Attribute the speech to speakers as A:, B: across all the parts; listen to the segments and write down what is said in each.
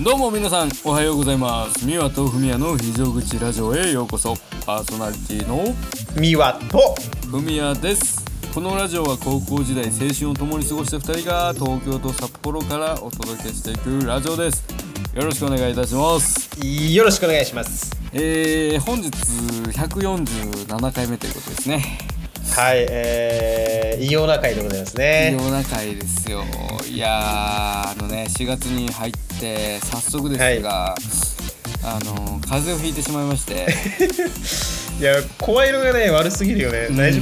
A: どうも皆さんおはようございます三輪とふみやの非常口ラジオへようこそパーソナリティの
B: ミワと
A: ふみやですこのラジオは高校時代青春を共に過ごした2人が東京と札幌からお届けしていくラジオですよろしくお願いいたします
B: よろしくお願いします
A: えー、本日147回目ということですね
B: はいえー、異様な回でございます
A: 夜
B: ね
A: 中会ですよいやーあのね4月に入って早速ですが、あの風邪をひいてしまいまして
B: いや声色がね悪すぎるよね、
A: うん
B: 大丈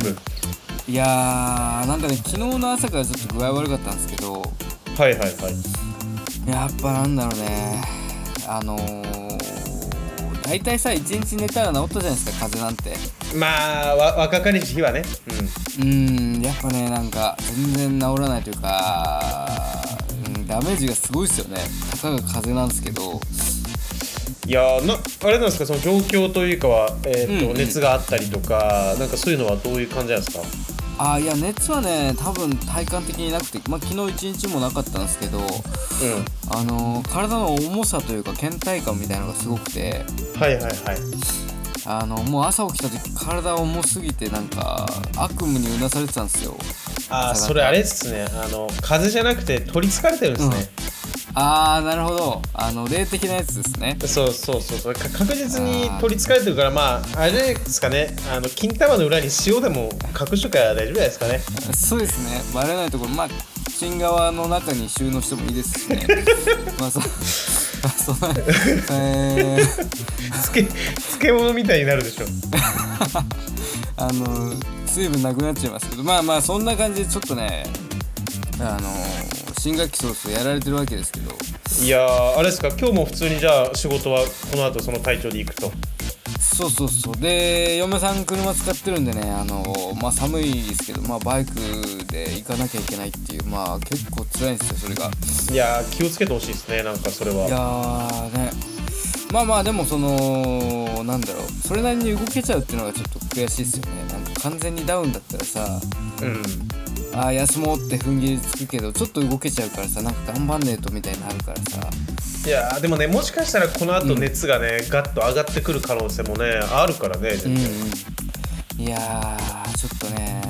A: いやーなんかね昨日の朝からちょっと具合悪かったんですけど
B: 夫はいはいはい
A: やっぱなんだろうねあのー、大体さ一日寝たら治ったじゃないですか風邪なんて
B: まあわ若かりし日はね
A: うんやっぱねなんか全然治らないというか、うん、ダメージがすごいですよねたかが風邪なんですけど
B: うんいやなあれなんですかその状況というかは、えーと
A: うんうん
B: 熱があったりとかなんかそういうのはどういう感じなんですか
A: あーいや熱はね多分体感的になくて、まあ、昨日一日もなかったんですけど、
B: う
A: あのー体の重さというか倦怠感みたいなのがすごくて
B: んはいはいはい
A: あのもう朝起きた時体重すぎてなんか悪夢にうなされてたんですよ
B: あーそれあれですねあの風邪じゃなくて取りつかれてるんですね、
A: ああなるほどあの霊的なやつですね
B: そうそうそうそうか確実に取りつかれてるからまああれですかねあの金玉の裏に塩でも隠しとから大丈夫じゃないです かね
A: そうですねバレないところまあキッチン側の中に収納してもいいですしねまあそ まあそんなえー
B: 漬け漬物みたいになるでしょ
A: あの水分なくなっちゃいますけどまあまあそんな感じでちょっとねあの新学期早々やられてるわけですけど
B: いやーあれですか今日も普通にじゃあ仕事はこの後その体調で行くと
A: そうそうそうで嫁さん車使ってるんでねあのまあ寒いですけどまあバイクで行かなきゃいけないっていうまあ結構辛いんですよそれが
B: いやー気をつけてほしいですねなんかそれ
A: い
B: は
A: やーねまあまあでもそのなんだろうそれなりに動けちゃうっていうのがちょっと悔しいですよねなんか完全にダウンだったらさ
B: うん
A: あー休もうって踏ん切りつくけどちょっと動けちゃうからさなんか頑張んねえとみたいになるからさ
B: いやーでもねもしかしたらこの後熱がね、ガッと上がってくる可能性もねあるからね
A: うん
B: 全
A: うん
B: 然
A: いやーちょっとね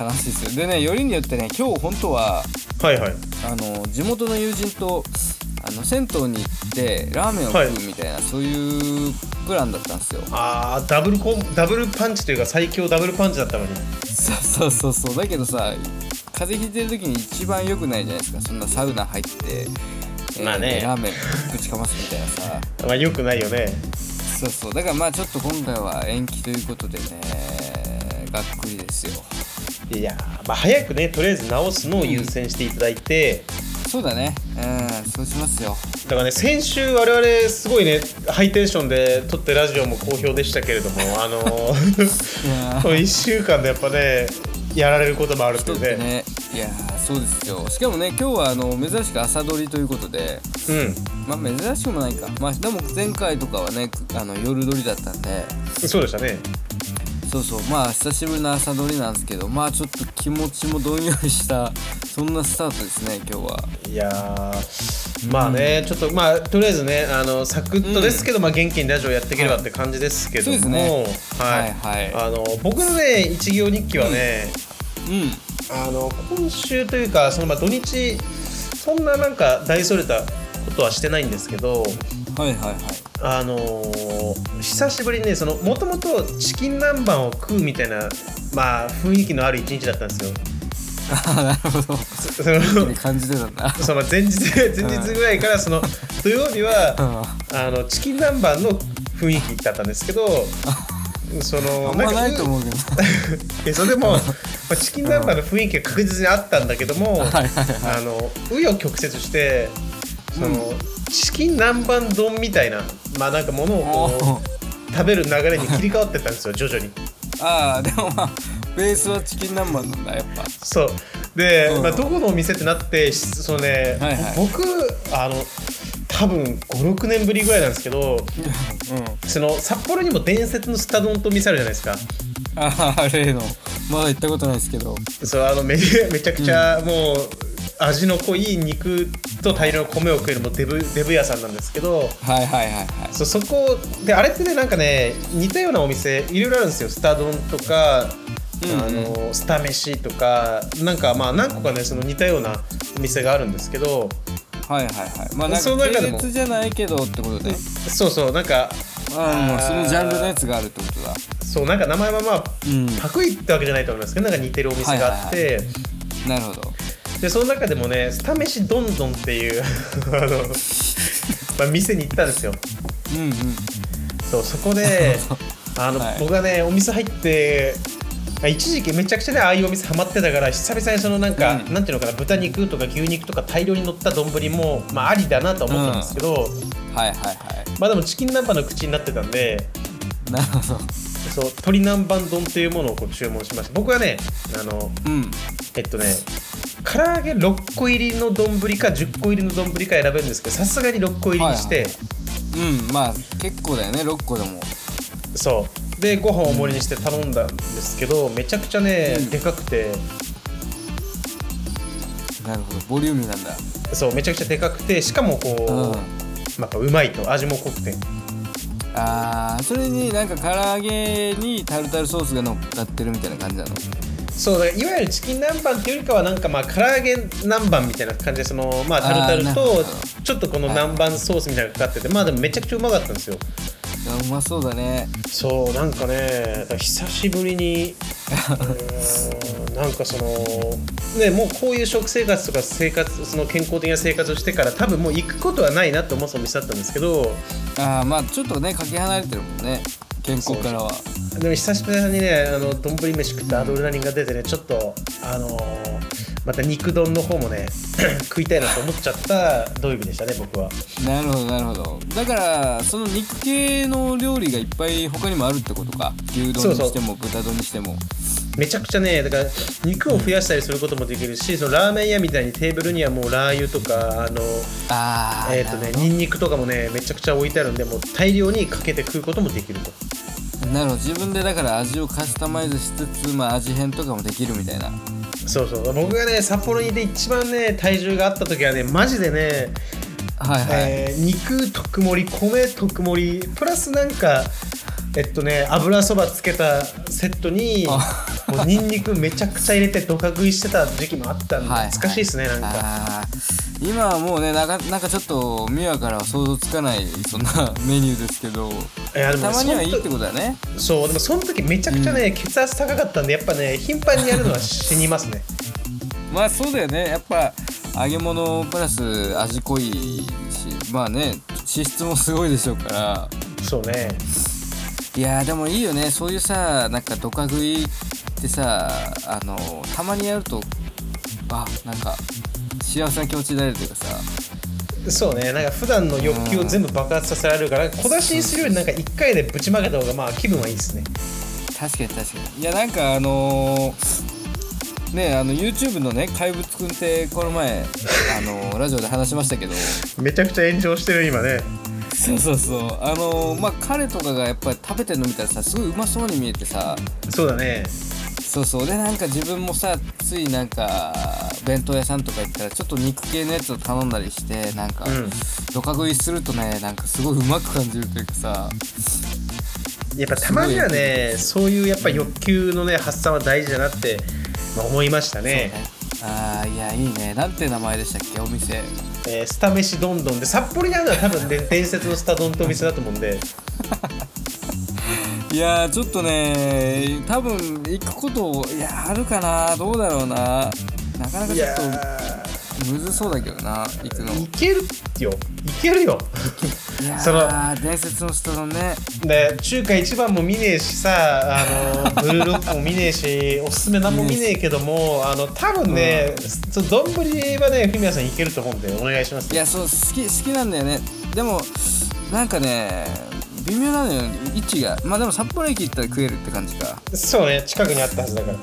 A: 悲しいですよでねよりによってね今日本当は
B: はいはい
A: あの地元の友人とあの銭湯に行ってラーメンを
B: はい
A: 食うみたいな、そういうプランだったんですよ
B: あーダブルコンダブルパンチというか最強ダブルパンチだったのに
A: そうそうそうそうだけどさ風邪ひいてる時に一番良くないじゃないですかそんなサウナ入って、えー
B: まあね
A: ラーメンぶちかますみたいなさ
B: まあよくないよね
A: そうそうだからまあちょっと今回は延期ということでねがっくりですよ
B: いやーまあ、早くねとりあえず直すのを優先していただいて、
A: そうだねうんそうしますよ
B: だからね先週我々すごいねハイテンションで撮ってラジオも好評でしたけれど もあのー、
A: いやー
B: 1週間でやっぱねやられることもあるっ
A: 人
B: てい
A: っ
B: う
A: て
B: ね
A: ねいやーそうですよしかもね今日はあの珍しく朝撮りということでまあ珍しくもないかまあでも前回とかはねくあの夜撮りだったんで
B: うんそうでしたね
A: そうそうまあ久しぶりの朝撮りなんですけどまあちょっと気持ちもどんよりしたそんなスタートですね今日はい
B: やーまあね、ちょっとまあとりあえずねあのサクッとですけど、まあ元気にラジオやっていければって感じですけど
A: そうです
B: も
A: ね
B: はい、
A: はいはい
B: あの僕のね一行日記はね、
A: うん
B: あの今週というかそのまあ土日そんななんか大それたことはしてないんですけど
A: はいはいはい
B: あのー久しぶりにねもともとチキン南蛮を食うみたいな、まあ、雰囲気のある一日だったんですよ。
A: ああなるほど
B: その
A: って感じてたんだ
B: その前日前日ぐらいからその土曜日は
A: うん
B: あのチキン南蛮の雰囲気だったんですけどその
A: あんま
B: か
A: ないと思うけど
B: えそれでも、まあ、チキン南蛮の雰囲気が確実にあったんだけども、
A: はいはい
B: あの紆余曲折してその、チキン南蛮丼みたいなまあなんかものを
A: お
B: こう食べる流れに切り替わってったん ですよ徐々に。
A: ああでもまあベースはチキン南蛮なんだやっぱ
B: そうで、
A: うん
B: まあ、どこのお店ってなってしそのね、
A: はいはい
B: 僕あの多分56年ぶりぐらいなんですけど
A: うん
B: その札幌にも伝説のスタ丼と店あるじゃないですか。
A: ああ例のまだ行ったことないですけど
B: そうあのめめちゃくちゃもう味の濃い肉と大量の米を食えるもうデブデブ屋さんなんですけど
A: はいはいはいはい
B: そうそこであれってねなんかね似たようなお店いろいろあるんですよスタ丼とか、
A: うん
B: あのスタ飯とかなんかまあ何個かねその似たようなお店があるんですけど
A: はいはいはいまあなん
B: そ
A: か
B: の中で
A: 系
B: も
A: 列じゃないけどってことね
B: そうそうなんか
A: ああそのジャンルのやつがあるってことだ
B: そうなんか名前はまあ
A: うん
B: パクリってわけじゃないと思いますけどなんか似てるお店があって、
A: なるほど
B: でその中でもねスタ飯どんどんっていう あの、まあ、店に行ったんですよ
A: うんうん
B: そうそ こであの、
A: はい
B: 僕がねお店入ってあ一時期めちゃくちゃねああいうお店ハマってたから久々にそのなんか、
A: うん
B: なんていうのかな豚肉とか牛肉とか大量に乗った丼も、まあ、ありだなと思ったんですけど、
A: はいはいは
B: まあでもチキン南蛮の口になってたんで
A: いなるほど
B: そう鶏南蛮丼というものをこう注文しました僕はねあの
A: うん
B: えっとね唐揚げ6個入りの丼か10個入りの丼か選べるんですけどさすがに6個入りにして、
A: はいうんまあ結構だよね6個でも
B: そうでご飯を盛りにして頼んだんですけどめちゃくちゃね、
A: うん
B: でかくて
A: なるほどボリュームなんだ
B: そうめちゃくちゃでかくてしかもこう、
A: うん
B: まあ、うまいと味も濃くて
A: あーそれになんか唐揚げにタルタルソースが乗っかってるみたいな感じなの
B: そうだからいわゆるチキン南蛮っていうよりかはなんかまあ唐揚げ南蛮みたいな感じでそのまあタルタル
A: あーなるほ
B: と
A: ど
B: ちょっとこの南蛮ソースみたいなのがかかっててまあでもめちゃくちゃうまかったんですよ
A: いやうまそうだね
B: そうなんかねだから久しぶりにうーんなんかそのねもうこういう食生活とか生活その健康的な生活をしてから多分もう行くことはないなって思ってたお店だったんですけど
A: ああまあちょっとねかけ離れてるもんね健康からは
B: でも久しぶりにねあの丼飯食ってアドレナリンが出てねちょっとあのーまた肉丼の方もね 食いたいなと思っちゃった土曜日でしたね僕は
A: なるほどなるほどだからその肉系の料理がいっぱい他にもあるってことか牛丼にしても豚丼にしても
B: めちゃくちゃねだから肉を増やしたりすることもできるしそのラーメン屋みたいにテーブルにはもうラー油とかあの
A: ああ
B: えっ、とね、ニンニクとかもね、めちゃくちゃ置いてあるんで、もう大量にかけて食うこともできると。
A: なるほど自分でだから味をカスタマイズしつつ、まあ、味変とかもできるみたいな
B: そうそう、僕がね、札幌にいて一番ね、体重があった時はね、マジでね、
A: はいはい、
B: えー肉特盛り、米特盛り、プラスなんか、えっとね、油そばつけたセットに、
A: あ
B: もうニンニクめちゃくちゃ入れて、ドカ食いしてた時期もあったんで、
A: はい
B: 懐かしいですね、なんか。
A: あー今はもうねなかなんかちょっとミワからは想像つかないそんな メニューですけど
B: いやでも
A: た
B: ね
A: まにはいい
B: そ
A: っ
B: ん
A: て
B: と
A: ことだね
B: そう、でもその時めちゃくちゃね、血圧高かったんで、やっぱね、頻繁にやるのは 死にますね。
A: まあそうだよねやっぱ揚げ物プラス味濃いしまあね脂質もすごいでしょうから
B: そうね。
A: いやーでもいいよねそういうさなんかドカ食いってさあのたまにやるとあなんか幸せな気持ちになれるというかさ
B: そうねなんか普段の欲求を全部爆発させられるから小出しにするよりなんか1回でぶちまけた方がまあ気分はいいですね
A: 確かに確かにいやなんかあのーねあの YouTube のね怪物くんってこの 前あのラジオで話しましたけど
B: めちゃくちゃ炎上してる今ね
A: そうそうそうあのーまあ彼とかがやっぱり食べてるの見たらさすごいうまそうに見えてさ
B: そうだね
A: そうそうでなんか自分もさついなんか弁当屋さんとか行ったらちょっと肉系のやつを頼んだりしてなんか、
B: うん
A: ドカ食いするとねなんかすごいうまく感じるというかさ
B: やっぱたまにはねそういうやっぱ欲求のね発散は大事だなって、まあ、思いましたね
A: ああいやいいねなんて名前でしたっけお店
B: えースタ飯どんどんで札幌にあるのは多分、ね、伝説のスタ丼ってお店だと思うんで
A: いやーちょっとね多分行くこといやあるかなどうだろうななかなか
B: い
A: ちょ
B: や
A: っとむずそうだけどな行くの
B: ーい
A: い
B: けるよいけるよ
A: や
B: その
A: ー伝説の人のね
B: で中華一番も見ねえしさ あのブルーロックも見ねえしおすすめ何も見ねえけどもあの多分ねその丼はねフミヤさんいけると思うんでお願いします
A: いやそう好き好きなんだよねでもなんかね微妙なのよ位置がまあでも札幌駅行ったら食えるって感じか
B: そうね近くにあったはずだから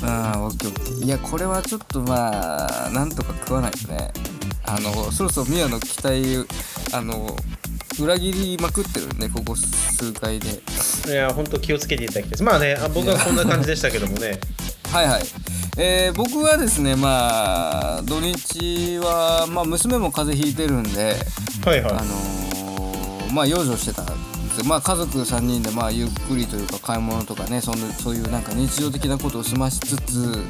A: うんオッケーオッケーいやこれはちょっとまあなんとか食わないとねあのそろそろミヤの期待あの裏切りまくってるねここ数回で
B: いや本当気をつけていただきたいですまあねあ僕はこんな感じでしたけどもね
A: はいはいえー僕はですねまあ土日は、まあ、娘も風邪ひいてるんで、
B: はいはい
A: あのーまあ養生してたんですよまあ家族3人でまあゆっくりというか買い物とかねそんなそういうなんか日常的なことを済ましつつ
B: うん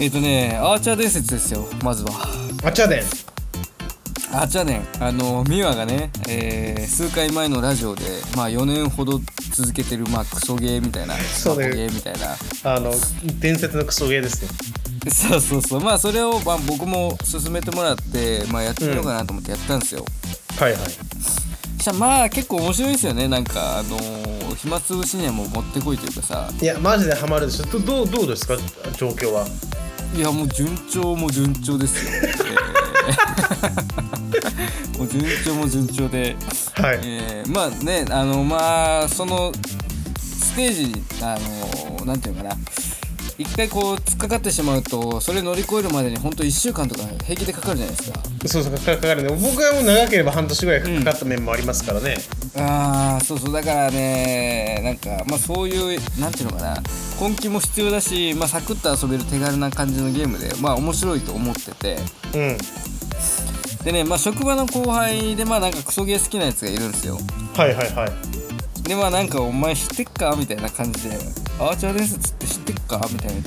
A: えっ、とねアーチャー伝説ですよまずは。
B: あちゃでん
A: あじゃあねあの美和がね、えー数回前のラジオで、まあ、4年ほど続けてる、まあ、クソゲーみたいな
B: そうね
A: バカゲーみたいな
B: あの伝説のクソゲーですね
A: そうそうそうまあそれを、まあ、僕も勧めてもらって、まあ、やってみようかなと思ってやったんですよ、
B: はいはい
A: そしたらまあ結構面白いですよねなんかあのー暇つぶしにはもうもってこいというかさ
B: いやマジでハマるでしょどどうどうですか状況はい
A: やもう順調も順調ですよ、えー もう順調も順調で
B: はい、
A: えーまあねあのまあそのステージにあのなんていうのかな一回こう突っかかってしまうとそれ乗り越えるまでに本当1週間とか平気でかかるじゃないですか
B: そうそうかかかるね僕はもう長ければ半年ぐらいかかった面もありますからね、
A: あーそうそうだからねなんかまあそういうなんていうのかな根気も必要だし、まあ、サクッと遊べる手軽な感じのゲームでまあ面白いと思ってて
B: うん、
A: でねまあ職場の後輩でまあなんかクソゲー好きなやつがいるんですよ
B: はいはいはい
A: でまあなんか「お前知ってっか?」みたいな感じで「アーチャー伝説って知ってっか?」みたいな言っ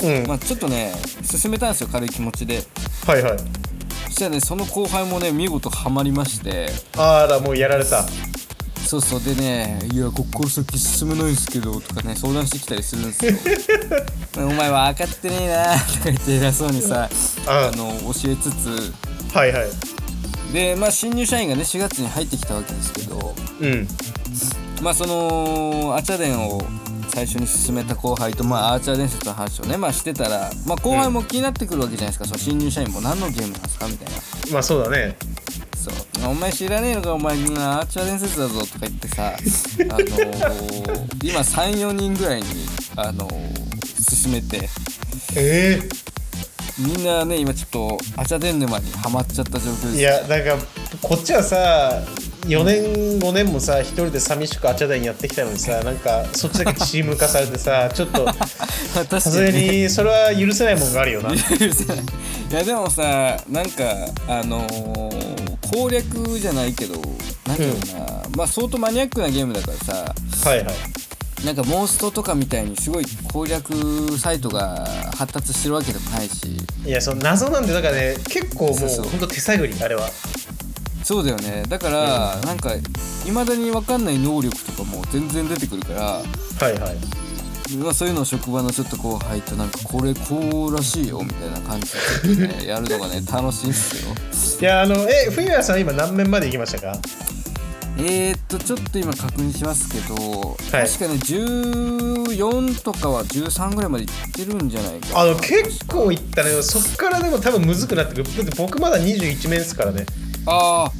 A: て、
B: うん、
A: まあ、ちょっとね進めたんですよ軽い気持ちで
B: はいはい
A: そしたらねその後輩もね見事ハマりまして
B: あらもうやられた
A: そうそうでね「いやここから先進めないんですけど」とかね相談してきたりするんですよお前は分かってねえなとか言って偉そうにさ
B: あ
A: あの教えつつ
B: はいはい
A: でまあ新入社員がね4月に入ってきたわけですけど
B: うん
A: まあそのアーチャー伝を最初に進めた後輩と、まあ、アーチャー伝説の話をね、まあ、してたら、まあ、後輩も気になってくるわけじゃないですか、その新入社員も何のゲームなんですかみたいな
B: まあそうだね
A: そうお前知らねえのかお前みんなアーチャー伝説だぞとか言って さあのー今34人ぐらいにあのー進めて
B: え
A: みんなね今ちょっとアーチャー伝沼にはまっちゃった状況
B: え
A: です
B: いやなんかこっちはさ4年5年もさ一人で寂しくあちゃだいにやってきたのにさなんかそっちだけチーム化され てさちょっと
A: まあ確
B: さ
A: か
B: すがにそれは許せないもんがあるよな
A: 許せない いやでもさなんかあのー攻略じゃないけどなんていうのかな、まあ相当マニアックなゲームだからさ
B: はいはい
A: なんかモンストとかみたいにすごい攻略サイトが発達してるわけでもないし
B: いやその謎なんでだからね結構も
A: そうそう
B: うほんと手探りあれは
A: そうだよねだから、なんかいまだに分かんない能力とかも全然出てくるから、
B: はいはい
A: まあ、そういうのを職場のちょっと後輩となんかこれこうらしいよみたいな感じでちょっとねやるのがね楽しいんですよ
B: いやあのえ冬谷さん今何面まで行きましたか
A: えー、っとちょっと今確認しますけど、
B: はい
A: 確かね14とかは13ぐらいまでいってるんじゃないかな
B: あの結構いったねそっからでも多分むずくなってくるだって僕まだ21面ですからね
A: あ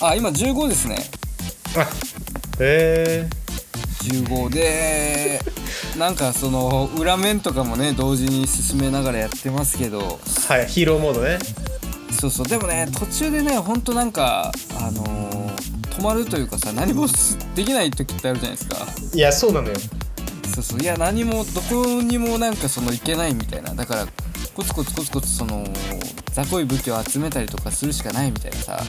A: ーあ今15ですね
B: あへえ
A: 15でなんかその裏面とかもね同時に進めながらやってますけど
B: はいヒーローモードね
A: そうそうでもね途中でねほんとなんかあのー止まるというかさ何もすできない時ってあるじゃないですか
B: いやそうなのよ
A: そうそういや何もどこにもなんかそのいけないみたいなだからコツコツコツコツその雑魚い武器を集めたりとかするしかないみたいなさ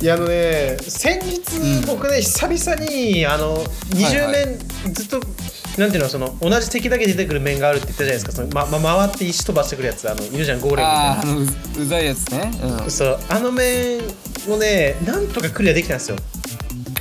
B: いやあのね先
A: うん
B: 日僕ね、久々にあの20
A: はい
B: 面ずっと、なんていうのその同じ敵だけ出てくる面があるって言ったじゃないですかその、まま、回って石飛ばしてくるやつあのいるじゃんゴーレムみたい
A: あ
B: な
A: ーあのううざいやつねうんはい
B: そうあの面をねなんとかクリアできたんですよ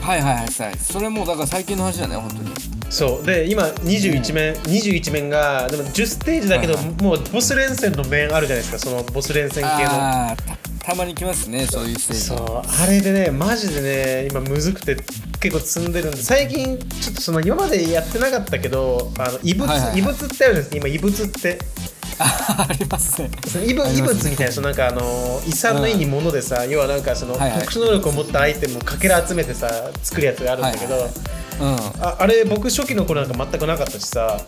A: はいはいはいそれもうだから最近の話だね本当に
B: そうで今21面、21面がでも10ステージだけど、
A: はいは
B: もうボス連戦の面あるじゃないですかそのボス連戦系の
A: ああーたたまに来ますねそういうステージ
B: そうあれでねマジでね今むずくて結構積んでるんで最近ちょっとその今までやってなかったけどあの異物、
A: はいはいはい
B: 異物ってあるじゃないですか今異物って
A: あありますね
B: その異
A: あ
B: 物
A: り
B: 異
A: ますね
B: 物みたいなそのなんかあの遺産の意に物でさ、要はなんかその、
A: はいはい
B: 特殊能力を持ったアイテムをかけら集めてさ作るやつがあるんだけど、
A: はいうん
B: ああれ僕初期の頃なんか全くなかったしさ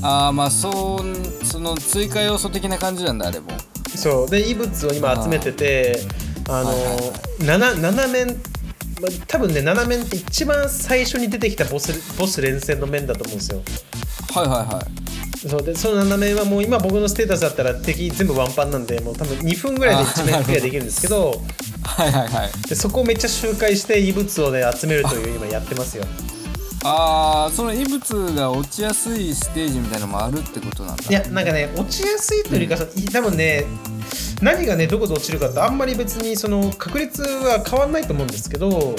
A: ああまあそうその追加要素的な感じなんだあれも
B: そうで異物を今集めててあの、
A: はいはい
B: 七七面まあ多分ね7面って一番最初に出てきたボスボス連戦の面だと思うんですよ
A: はいはいはい
B: そうでその斜めはもう今僕のステータスだったら敵全部ワンパンなんでもう多分2分ぐらいで一面クリアできるんですけど
A: はいはいはい
B: でそこをめっちゃ周回して異物をね集めるという今やってますよ
A: あーその異物が落ちやすいステージみたいなのもあるってことなんだ
B: いやなんかね落ちやすいというよりかさ多分ね何がねどこで落ちるかってあんまり別にその確率は変わんないと思うんですけど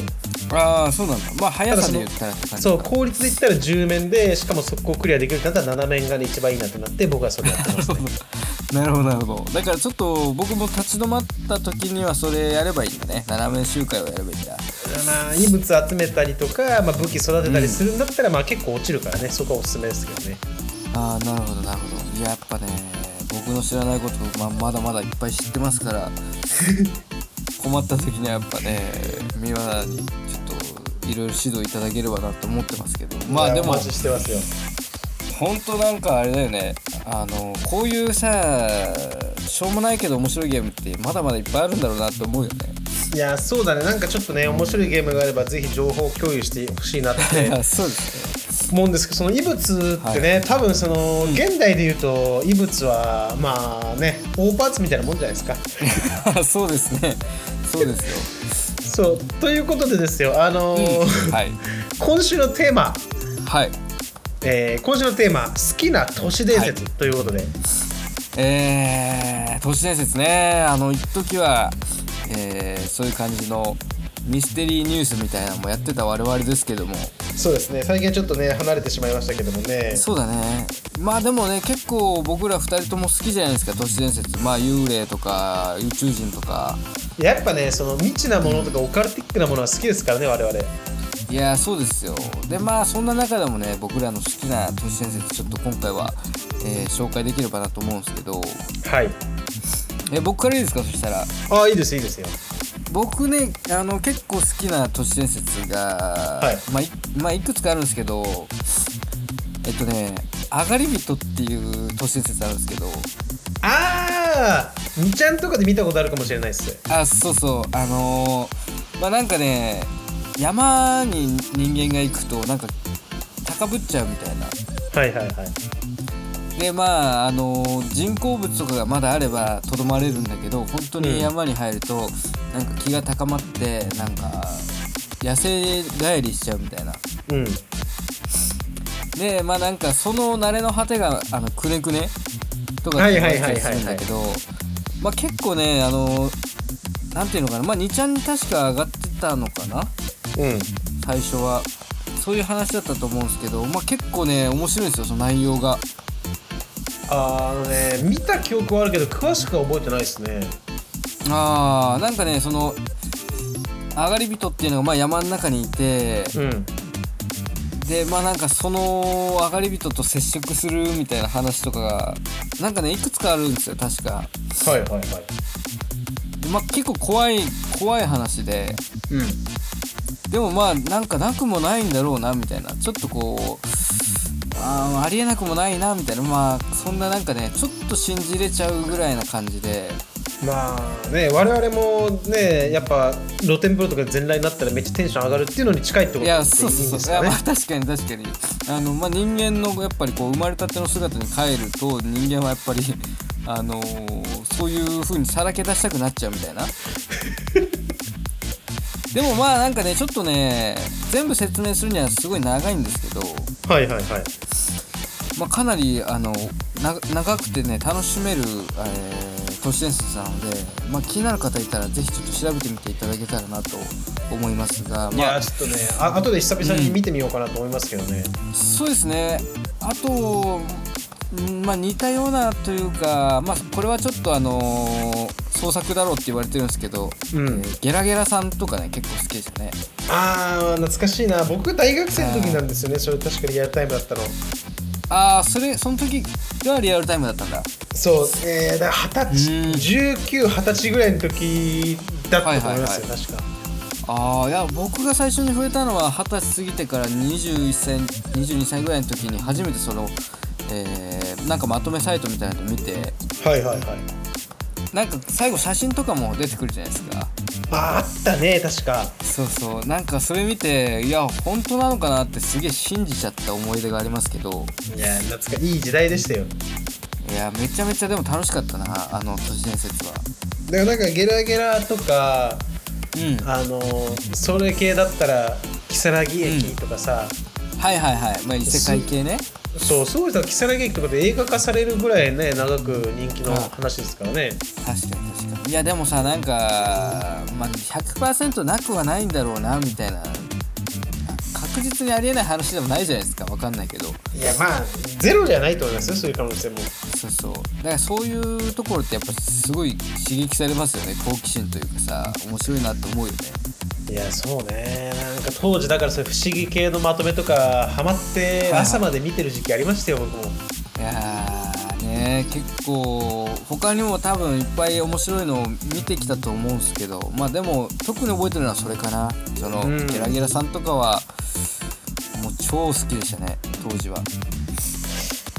A: ああそうなんだまあ速さで言ったらって感じ
B: そう効率で言ったら10面でしかも速攻クリアできるんだったら7面がね一番いいなってなって僕はそれやってますね
A: なるほどなるほどだからちょっと僕も立ち止まった時にはそれやればいいんだね斜め周回をやればいいんだ
B: まあ異物集めたりとか、まあ、武器育てたりするんだったら、まあ結構落ちるからねそこはおすすめですけどね
A: ああなるほどなるほどいややっぱね僕の知らないこと、まあ、まだまだいっぱい知ってますから 困った時にはやっぱね三輪にちょっといろいろ指導いただければなと思ってますけどま
B: い
A: あ
B: や
A: でも
B: お待ちしてますよ
A: 本当なんかあれだよねあのこういうさしょうもないけど面白いゲームってまだまだいっぱいあるんだろうなって思うよね
B: いやそうだねなんかちょっとね面白いゲームがあればぜひ情報共有してほしいなっ
A: い
B: て
A: や そうですね
B: 思うんですけどその異物ってね、多分その、現代で言うと異物はまあね大パーツみたいなもんじゃないですか
A: そうですね。そうです
B: そうということでですよあの
A: よ。
B: ー
A: はい。
B: 今週のテーマ、
A: はい。
B: えー今週のテーマ「好きな都市伝説」ということで、
A: えー、都市伝説ね。あの、一時は、えー、そういう感じのミステリーニュースみたいなのもやってた我々ですけども。
B: そうですね最近はちょっとね離れてしまいましたけどもね
A: そうだね。まあでもね、結構僕ら二人とも好きじゃないですか、都市伝説。まあ幽霊とか、宇宙人とか。
B: やっぱねその未知なものとかオカルティックなものは好きですからね我々
A: いやーそうですよでまあそんな中でもね僕らの好きな都市伝説ちょっと今回は、えー紹介できればなと思うんですけど
B: はい
A: え僕からいいですかそしたら
B: ああいいですいいですよ
A: 僕ねあの結構好きな都市伝説が、
B: はい
A: まあ、いまあいくつかあるんですけどえっとね「上がり人」っていう都市伝説あるんですけど
B: ああ2ちゃんとかで見たことあるかもしれないです
A: あそうそうあのーまあなんかね山に人間が行くとなんか高ぶっちゃうみたいな
B: はいはいはい
A: でまああの人工物とかがまだあればとどまれるんだけど本当に山に入ると、なんか気が高まってなんか野生帰りしちゃうみたいな
B: うん
A: でまあなんかその慣れの果てがあのくねくねとか
B: は
A: っ
B: い
A: て言
B: は
A: われた
B: いはいはいはい
A: りするんだけどまあ結構ねあのなんていうのかなまあ2ちゃんに確か上がってたのかな
B: うん
A: 最初はそういう話だったと思うんですけどまあ結構ね面白いんですよその内容が。
B: あーあのね見た記憶はあるけど詳しくは覚えてないですね
A: あーなんかねその上がり人っていうのがまあ山の中にいて、
B: うん
A: でまあなんかその上がり人と接触するみたいな話とかがなんかねいくつかあるんですよ確か、
B: はいはいはい
A: でまあ、結構怖い怖い話で
B: うん
A: でもまあなんかなくもないんだろうなみたいなちょっとこうあーありえなくもないなみたいなまあそんななんかねちょっと信じれちゃうぐらいな感じで
B: まあね我々もねやっぱ露天風呂とかで全裸になったらめっちゃテンション上がるっていうのに近いってこと
A: い
B: でいいん
A: や
B: です
A: そう
B: かね
A: そうそういやまあ確かに確かにあの、まあ、人間のやっぱりこう生まれたての姿に帰ると人間はやっぱり あのーそういう風にさらけ出したくなっちゃうみたいな でもまあなんかねちょっとね全部説明するにはすごい長いんですけど、
B: はいはいはい
A: まあ、かなりあのな長くてね楽しめる、えー都市伝説なので、まあ、気になる方いたらぜひちょっと調べてみていただけたらなと思いますが、
B: い
A: まあ、
B: やちょっとねあ後で久々に見てみようかなと思いますけどね、
A: そうですねあと、うんまあ、似たようなというか、まあ、これはちょっとあのー創作だろうって言われてるんですけど、
B: うん
A: えーゲラゲラさんとかね結構好きでしたね
B: ああ懐かしいな僕が大学生の時なんですよねそれ確かリアルタイムだったの
A: ああそれその時がリアルタイムだったんだ
B: そうえー、だから
A: うん
B: 二十歳1920歳ぐらいの時だったと思いますよ、
A: はい
B: 確か
A: ああいや僕が最初に触れたのは二十歳過ぎてから21歳22歳ぐらいの時に初めてその、えーなんかまとめサイトみたいなの見て
B: はいはいはい
A: なんか最後写真とかも出てくるじゃないですか
B: ああったね確か
A: そうそうなんかそれ見ていや本当なのかなってすげえ信じちゃった思い出がありますけど
B: いや懐かいい時代でしたよ
A: いやめちゃめちゃでも楽しかったなあの都市伝説は
B: だからなんかゲラゲラとか
A: うん
B: あのーそれ系だったら如月駅とかさ、
A: はいはいはいまあ異世界系ね
B: そうすごいさ如月駅とかで映画化されるぐらいね長く人気の話ですからね
A: 確かに確かにいやでもさなんか、まあ、100%なくはないんだろうなみたいな確実にありえない話でもないじゃないですかわかんないけど
B: いやまあゼロじゃないと思いますよそういう可能性も
A: そうそうだからそういうところってやっぱすごい刺激されますよね好奇心というかさ面白いなって思うよね
B: いやそうねなんか当時だからそういう不思議系のまとめとかハマって
A: はい
B: 朝まで見てる時期ありましたよ僕も
A: いやーね結構他にも多分いっぱい面白いのを見てきたと思うんですけどまあでも特に覚えてるのはそれかなその、
B: うん
A: ゲラゲラさんとかはもう超好きでしたね当時は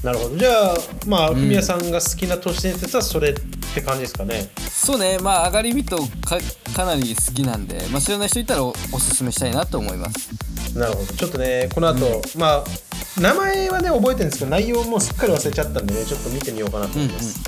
B: なるほどじゃあまあ
A: うん
B: フミヤさんが好きな都市伝説はそれって感じですかね
A: そうねまあ上がり人かかなり好きなんで、まあ、知らない人いたらおおすすめしたいなと思います
B: なるほどちょっとねこの後、まあ名前はね覚えてるんですけど内容もうすっかり忘れちゃったんでねちょっと見てみようかなと思います、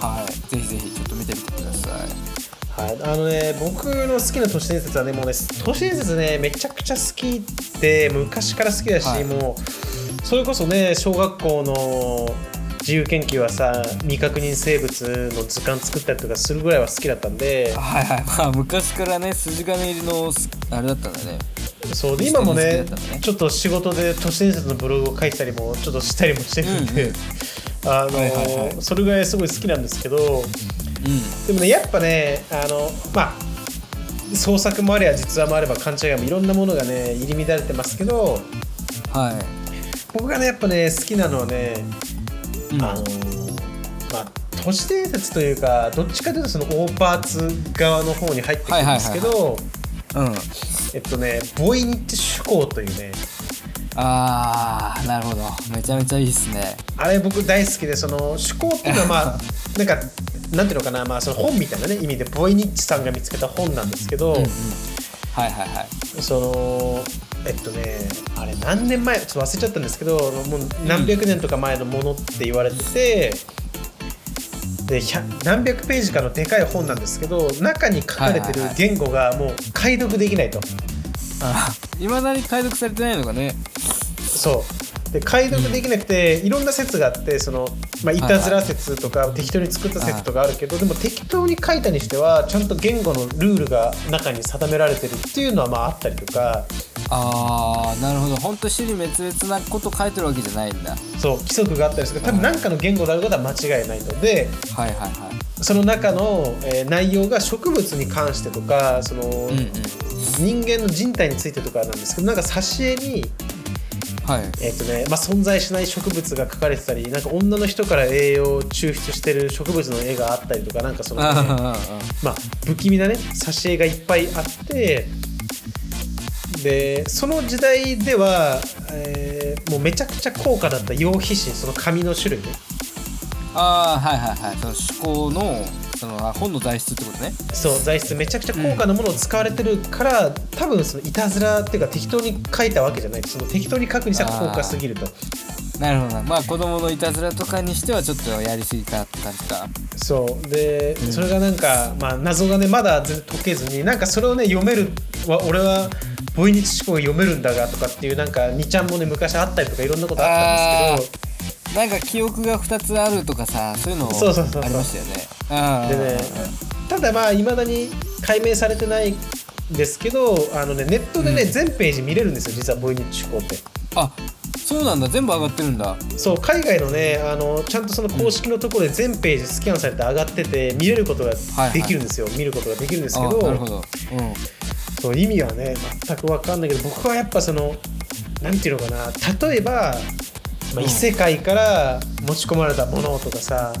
A: はいぜひぜひちょっと見てみてください
B: はい、あのね僕の好きな都市伝説はねもうね都市伝説ねめちゃくちゃ好きで昔から好きだし、
A: はい
B: もうそれこそね小学校の自由研究はさ未確認生物の図鑑作ったりとかするぐらいは好きだったんで
A: はいはいまあ昔からね筋金入りのすあれだったんだね
B: そうで今もね
A: 好きだったんだね
B: ちょっと仕事で都市伝説のブログを書いたりもちょっとしたりもしてるんで、
A: うんう
B: あの
A: はいはいはい
B: それぐらいすごい好きなんですけど
A: う
B: でもねやっぱねあのまあ創作もあれば実話もあれば勘違いもいろんなものがね入り乱れてますけど
A: んはい
B: 僕がねやっぱね好きなのはね、
A: うん
B: あのまあ都市伝説というかどっちかというとそのオーパーツ側の方に入ってくるんですけど、
A: うん
B: えっとねボイニッチ趣向というね
A: あーなるほどめちゃめちゃいいっすね
B: あれ僕大好きでその趣向っていうのは まあなんかなんていうのかな、まあ、その本みたいな、ね、意味でボイニッチさんが見つけた本なんですけど、
A: うんうんはいはいはい
B: そのえっとねあれ何年前ちょっと忘れちゃったんですけどもう何百年とか前のものって言われてて、で100何百ページかのでかい本なんですけど中に書かれてる
A: はいはいはい
B: 言語がもう解読できないと、
A: いまだに解読されてないのがね
B: そうで解読できなくて、いろんな説があってその、まあ、いたずら説とか、適当に作った説とかあるけど、でも適当に書いたにしてはちゃんと言語のルールが中に定められてるっていうのはまああったりとか。
A: あーなるほどほんと死に滅裂なこと書いてるわけじゃないんだ
B: そう規則があったりするから多分何かの言語であることは間違いないとで
A: はいはいはい
B: その中の、えー内容が植物に関してとかその、
A: うんうん
B: 人間の人体についてとかなんですけどなんか挿絵に、
A: はい
B: えーとねまあ、存在しない植物が描かれてたりなんか女の人から栄養を抽出してる植物の絵があったりとかなんかその、
A: あ
B: ね、
A: ー
B: まあ不気味なね挿絵がいっぱいあってでその時代では、えーもうめちゃくちゃ高価だった羊皮紙その紙の種類ね
A: あーはいはいはいその思考のそのあ本の材質ってことね
B: そう材質めちゃくちゃ高価なものを使われてるから、多分そのいたずらっていうか適当に書いたわけじゃないその適当に書くにしたら高価すぎると
A: なるほどなまあ子供のいたずらとかにしてはちょっとやりすぎたって感じか
B: そうで、
A: うん
B: それがなんか、まあ、謎がねまだ全然解けずになんかそれをね読めるは俺はボイニチ思考が読めるんだがとかっていうなんか2ちゃんもね昔あったりとかいろんなことあったんですけど
A: なんか記憶が2つあるとかさそういうの
B: そうそうそうそう
A: ありましたよねあ
B: でねただまあいまだに解明されてないんですけどあのねネットでね、
A: うん
B: 全ページ見れるんですよ実はボイニチ思考って。
A: あそうなんだ全部上がってるんだ
B: そう海外のねあのちゃんとその公式のところで全ページスキャンされて上がってて見れることができるんですよ、見ることができるんですけど
A: あなるほど、うん、
B: そう意味はね全く分かんないけど僕はやっぱそのなんていうのかな例えば、まあ、
A: うん
B: 異世界から持ち込まれたものとかさ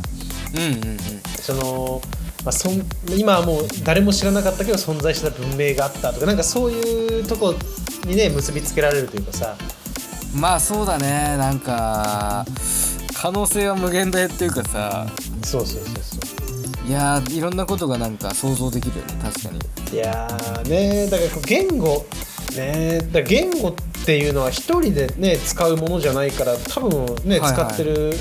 A: うんうんうん
B: その、まあ、そん今はもう誰も知らなかったけど存在した文明があったとかなんかそういうとこにね結びつけられるというかさ
A: まあそうだねなんか可能性は無限大っていうかさ
B: そうそうそうそう
A: いやーいろんなことがなんか想像できるよね確かに
B: いやーねだからこう言語ねだから言語っていうのは一人でね使うものじゃないから多分ね
A: はいはい
B: 使ってる、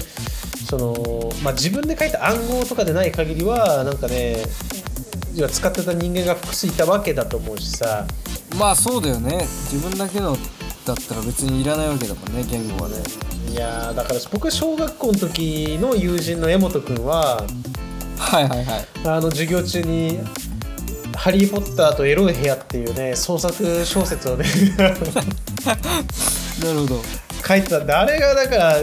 B: そのまあ自分で書いた暗号とかでない限りはなんかね要は使ってた人間が複数いたわけだと思うしさ
A: まあそうだよね自分だけのだったら別にいらないわけだもんね言語はね
B: いやーだから僕は小学校の時の友人の江本君は
A: はいはいはい
B: あの授業中に「ハリー・ポッターとエロい部屋」っていうね創作小説をね
A: なるほど
B: 書いてたんであれがだから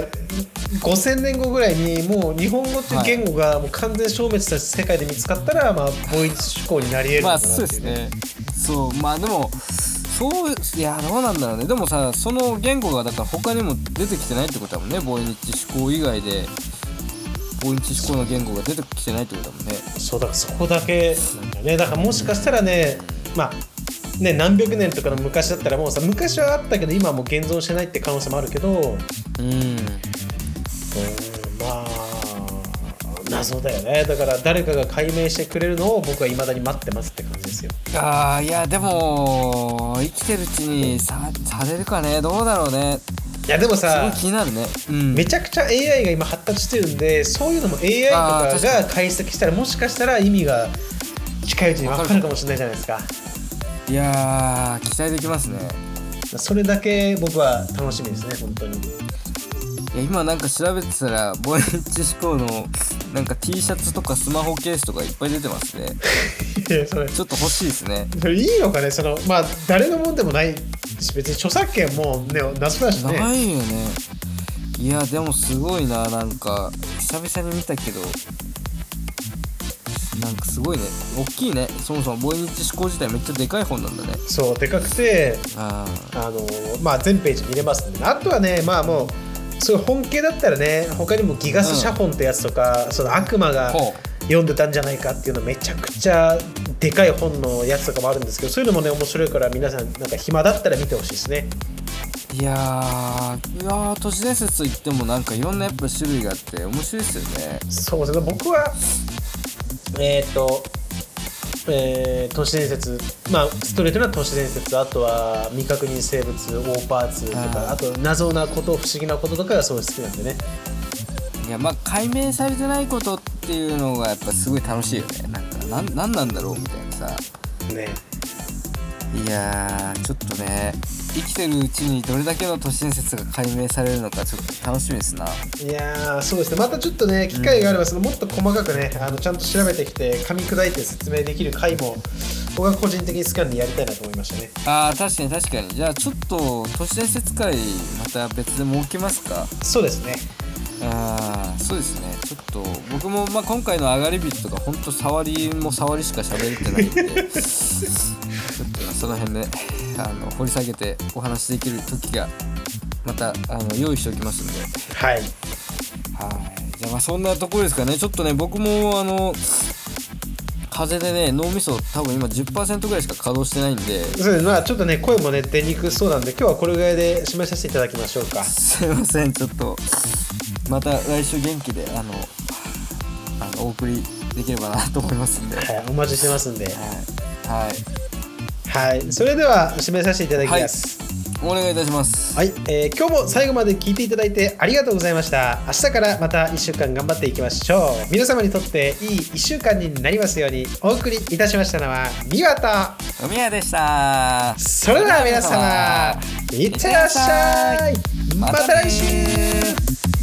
B: 5000年後ぐらいにもう日本語っていう言語がもう完全消滅した世界で見つかったらまあボイス思考になり得るの
A: ま
B: かな
A: あ
B: って
A: そうで
B: い
A: す
B: うね
A: ねそうまあでもそういやどうなんだろうねでもさその言語がだから他にも出てきてないってことだもんねボイニッチ思考以外でボイニッチ思考の言語が出てきてないってことだもんね
B: そうだからそこだけなんだよねだからもしかしたらねまあね何百年とかの昔だったらもうさ昔はあったけど今はもう現存してないって可能性もあるけどうん
A: うん
B: まあ謎だよねだから誰かが解明してくれるのを僕はいまだに待ってますって感じですよ
A: あーいやでも生きてるうちにさされるかねどうだろうねす
B: いやでも
A: ご
B: さ
A: い気になるねうん
B: めちゃくちゃ AI が今発達してるんでそういうのも AI と
A: あー
B: か
A: 確か
B: が解析したらもしかしたら意味が近いうちに分かるかもしれないじゃないですか
A: いやー期待できますね
B: それだけ僕は楽しみですね本当に
A: いや今なんか調べてたらボイニッチ思考のなんか T シャツとかスマホケースとかいっぱい出てますね
B: いやそれ
A: ちょっと欲しいですね
B: それいいのかねそのまあ誰のもんでもないし別に著作権もね謎だしね
A: ないよねいやでもすごいななんか久々に見たけどなんかすごいね大きいねそもそもボイニッチ思考自体めっちゃでかい本なんだね
B: そうでかくて
A: あ
B: あのまあ全ページ見れますねあとはねまあもうそういう本系だったらね他にもギガス写本ってやつとか、その悪魔
A: あ
B: が
A: ほ
B: 読んでたんじゃないかっていうのめちゃくちゃでかい本のやつとかもあるんですけどそういうのもね面白いから皆さんなんか暇だったら見てほしいですね
A: ういやーいやー都市伝説といってもなんかいろんなやっぱ種類があって面白いですよね
B: そうですね僕はえっ、とえー都市伝説まあストレートな都市伝説あとは未確認生物ウォーパーツとか
A: あー
B: あと謎なこと不思議なこととかがすごい好きなんでね
A: いやまあ解明されてないことっていうのがやっぱすごい楽しいよねなんかなんなんなんだろうみたいなさ
B: ね
A: いやーちょっとね生きてるうちにどれだけの都市伝説が解明されるのかちょっと楽しみですない
B: やーそうですねまたちょっとね機会があればそのもっと細かくねあのちゃんと調べてきて噛み砕いて説明できる回も僕は個人的に好きなんでやりたいなと思いましたね
A: あー確かに確かにじゃあちょっと都市伝説会また別で設けますか
B: そうですね
A: あーそうですねちょっと僕も、まあ、今回の上がり火とかほんと触りも触りしか喋れてないん でちょっとその辺で、あの掘り下げてお話しできる時がまたあの用意しておきますんで。
B: はい
A: はい。じゃあまあそんなところですかね。ちょっとね、僕もあの、風邪でね、脳みそ多分今10%ぐらいしか稼働してないんで、
B: そうですまあちょっとね声もね出にくそうなんで今日はこれぐらいで締めさせていただきましょうか
A: すいません、ちょっと、また来週元気で、あの、あのお送りできればなと思いますんで。はい。
B: はいお待ちしてますんで
A: はい。
B: はいそれでは締めさせていただきます
A: お願いいたします。
B: はい、えー今日も最後まで聞いていただいてありがとうございました明日からまた1週間頑張っていきましょう皆様にとっていい1週間になりますようにお送りいたしましたのはミワと
A: おみやでした。
B: それでは皆様いってらっしゃいまた来週